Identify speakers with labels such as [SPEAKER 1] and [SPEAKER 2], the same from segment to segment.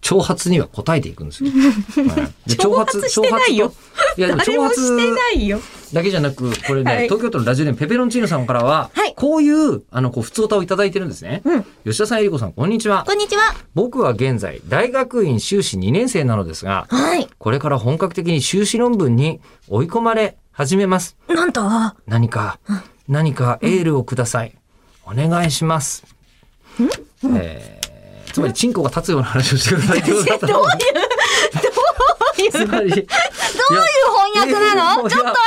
[SPEAKER 1] 挑発には答えていくん ですよ。はいで
[SPEAKER 2] 挑発してないよ
[SPEAKER 1] 挑発といやでも
[SPEAKER 2] 誰
[SPEAKER 1] 挑
[SPEAKER 2] もして
[SPEAKER 1] 発
[SPEAKER 2] ないよ。
[SPEAKER 1] だけじゃなく、これね、
[SPEAKER 2] はい
[SPEAKER 1] 東京都のラジオネームペペロンチーノさんからは、
[SPEAKER 2] はい
[SPEAKER 1] こういう、あの、こう、普通歌をいただいてるんですね。
[SPEAKER 2] うん
[SPEAKER 1] 吉田さん、えりこさん、こんにちは
[SPEAKER 2] こ。んにちは。
[SPEAKER 1] 僕は現在、大学院修士2年生なのですが、
[SPEAKER 2] はい。
[SPEAKER 1] これから本格的に修士論文に追い込まれ始めます。
[SPEAKER 2] なん と、
[SPEAKER 1] 何か、何かエールをください。お願いします。えーつまり、チンコが立つような話をしてく ださいってことだったのつまり、どういう
[SPEAKER 2] 翻訳なのちょっと待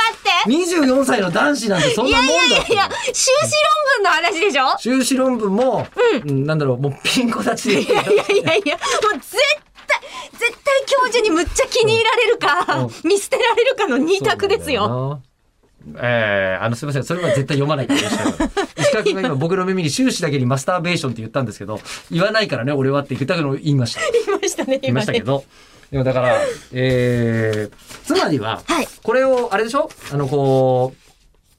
[SPEAKER 2] って。
[SPEAKER 1] 24歳の男子なんてそん
[SPEAKER 2] い
[SPEAKER 1] な
[SPEAKER 2] や
[SPEAKER 1] もん
[SPEAKER 2] い
[SPEAKER 1] だ
[SPEAKER 2] やいやいや、修士論文の話でしょ
[SPEAKER 1] 修士論文も、うんなんだろう、もうピンコたちで。
[SPEAKER 2] いやいやいや、もう絶対、絶対教授にむっちゃ気に入られるか、
[SPEAKER 1] う
[SPEAKER 2] 見捨てられるかの二択ですよ。
[SPEAKER 1] よ。えー、あのすみませんそれは絶対読まないから石川君石川君が今僕の耳に終始だけにマスターベーションって言ったんですけど言わないからね俺はって言ったのを言いました
[SPEAKER 2] 言いましたね、
[SPEAKER 1] 言いま
[SPEAKER 2] 今
[SPEAKER 1] したけ
[SPEAKER 2] ね。
[SPEAKER 1] どでもだからえー、つまりは、
[SPEAKER 2] はい
[SPEAKER 1] これをあれでしょあのこう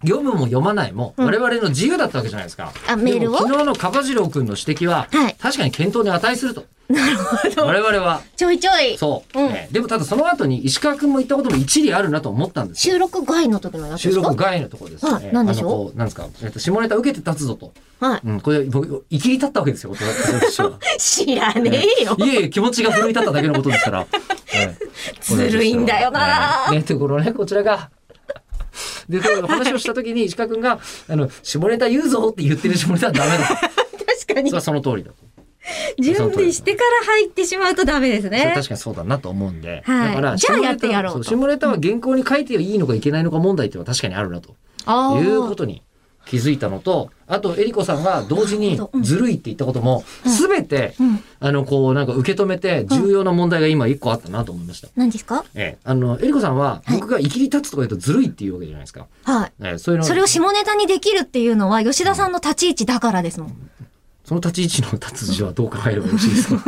[SPEAKER 1] 読むも読まないも、
[SPEAKER 2] ん
[SPEAKER 1] 我々の自由だったわけじゃないですか
[SPEAKER 2] あメールを
[SPEAKER 1] でも昨日のカバジロー君の指摘は、
[SPEAKER 2] はい
[SPEAKER 1] 確かに検討に値すると我々は
[SPEAKER 2] ちょいちょい、
[SPEAKER 1] そう、
[SPEAKER 2] うん
[SPEAKER 1] ねでもただその後に石川君も言ったことも一理あるなと思ったんですよ
[SPEAKER 2] 収録外の時のやつ
[SPEAKER 1] 収
[SPEAKER 2] ですか
[SPEAKER 1] 録外のところです、
[SPEAKER 2] はい
[SPEAKER 1] ね
[SPEAKER 2] なんでしょう
[SPEAKER 1] あのこうなんですか、えっと、下ネタ受けて立つぞと、
[SPEAKER 2] はい。
[SPEAKER 1] うん、これ僕生きり立ったわけですよ私は
[SPEAKER 2] 知らねえよ。
[SPEAKER 1] いえいえ気持ちが奮い立っただけのことです から、ええ
[SPEAKER 2] ずるいんだよな
[SPEAKER 1] ねねところねこちらがでこの話をした時に石川君が「あの下ネタ言うぞ」って言ってる下ネタはダメだ と
[SPEAKER 2] 確か
[SPEAKER 1] そ
[SPEAKER 2] に
[SPEAKER 1] れは、その通りだと
[SPEAKER 2] 準備してから入ってしまうとダメです
[SPEAKER 1] それ
[SPEAKER 2] ね。
[SPEAKER 1] 確かにそうだなと思うんで、
[SPEAKER 2] はい
[SPEAKER 1] だから
[SPEAKER 2] じゃ
[SPEAKER 1] 下
[SPEAKER 2] あ
[SPEAKER 1] ネタ
[SPEAKER 2] やってやろうと
[SPEAKER 1] そ下ネタは原稿に書いていいのかいけないのか問題っていうのは確かにあるなと
[SPEAKER 2] あー
[SPEAKER 1] いうことに気づいたのとあとえりこさんが同時
[SPEAKER 2] な
[SPEAKER 1] に
[SPEAKER 2] るほどうん
[SPEAKER 1] ずるいって言ったことも全て、
[SPEAKER 2] うん。
[SPEAKER 1] あのこうなんか受け止めて重要な問題が今一個あったなと思いました。
[SPEAKER 2] 何ですか
[SPEAKER 1] ええ、あのえりこさんは
[SPEAKER 2] はい
[SPEAKER 1] 僕が生きり立つとか言うとずるいっていうわけじゃないですか。
[SPEAKER 2] はい。
[SPEAKER 1] ええ、そういうの
[SPEAKER 2] それを下ネタにできるっていうのは吉田さんの立ち位置だからですもん。
[SPEAKER 1] その立ち位置の立つ字はどう考えればよろしいです か。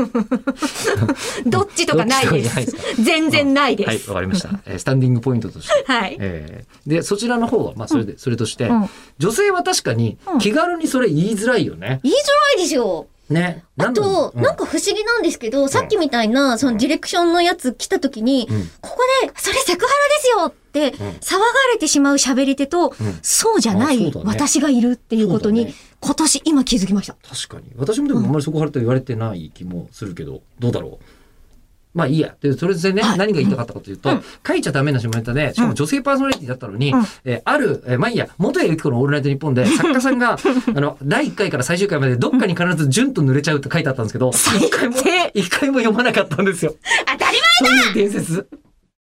[SPEAKER 2] どっちとかないで
[SPEAKER 1] どっちとかじゃない
[SPEAKER 2] す。 全然ないで
[SPEAKER 1] はい
[SPEAKER 2] す。
[SPEAKER 1] わかりました。ええスタンディングポイントとして。
[SPEAKER 2] はい。
[SPEAKER 1] ええでそちらの方はまあそれで、それとして、
[SPEAKER 2] うん
[SPEAKER 1] 女性は確かに
[SPEAKER 2] うん
[SPEAKER 1] 気軽にそれ言いづらいよね。
[SPEAKER 3] 言いづらいでしょ
[SPEAKER 1] ね。
[SPEAKER 3] あと、
[SPEAKER 1] うん
[SPEAKER 3] なんか不思議なんですけど、さっきみたいな、そのディレクションのやつ来た時に、
[SPEAKER 1] うん
[SPEAKER 3] ここで、それセクハラですよって
[SPEAKER 1] うん、
[SPEAKER 3] 騒がれてしまう喋り手と、
[SPEAKER 1] うん
[SPEAKER 3] そうじゃな
[SPEAKER 1] あ
[SPEAKER 3] い、
[SPEAKER 1] そうだね
[SPEAKER 3] 私がいるっていうこと
[SPEAKER 1] そうだ
[SPEAKER 3] に
[SPEAKER 1] ね、
[SPEAKER 3] 今年今気づきました。
[SPEAKER 1] 確かに私もでもあんまりそこはると言われてない気もするけど、どうだろうまあいいやでそれでね、
[SPEAKER 2] はい
[SPEAKER 1] 何が言いたかったかというと、書いちゃダメな下ネタでしかも女性パーソナリティだったのに、
[SPEAKER 2] うん
[SPEAKER 1] えーある、えーまあいいや元谷由紀子の「オールナイトニッポン」で作家さんがあの第1回から最終回までどっかに必ず「順と濡れちゃう」って書いてあったんですけど一回も一回も読まなかったんですよ。
[SPEAKER 2] 当たり前
[SPEAKER 1] そういう伝説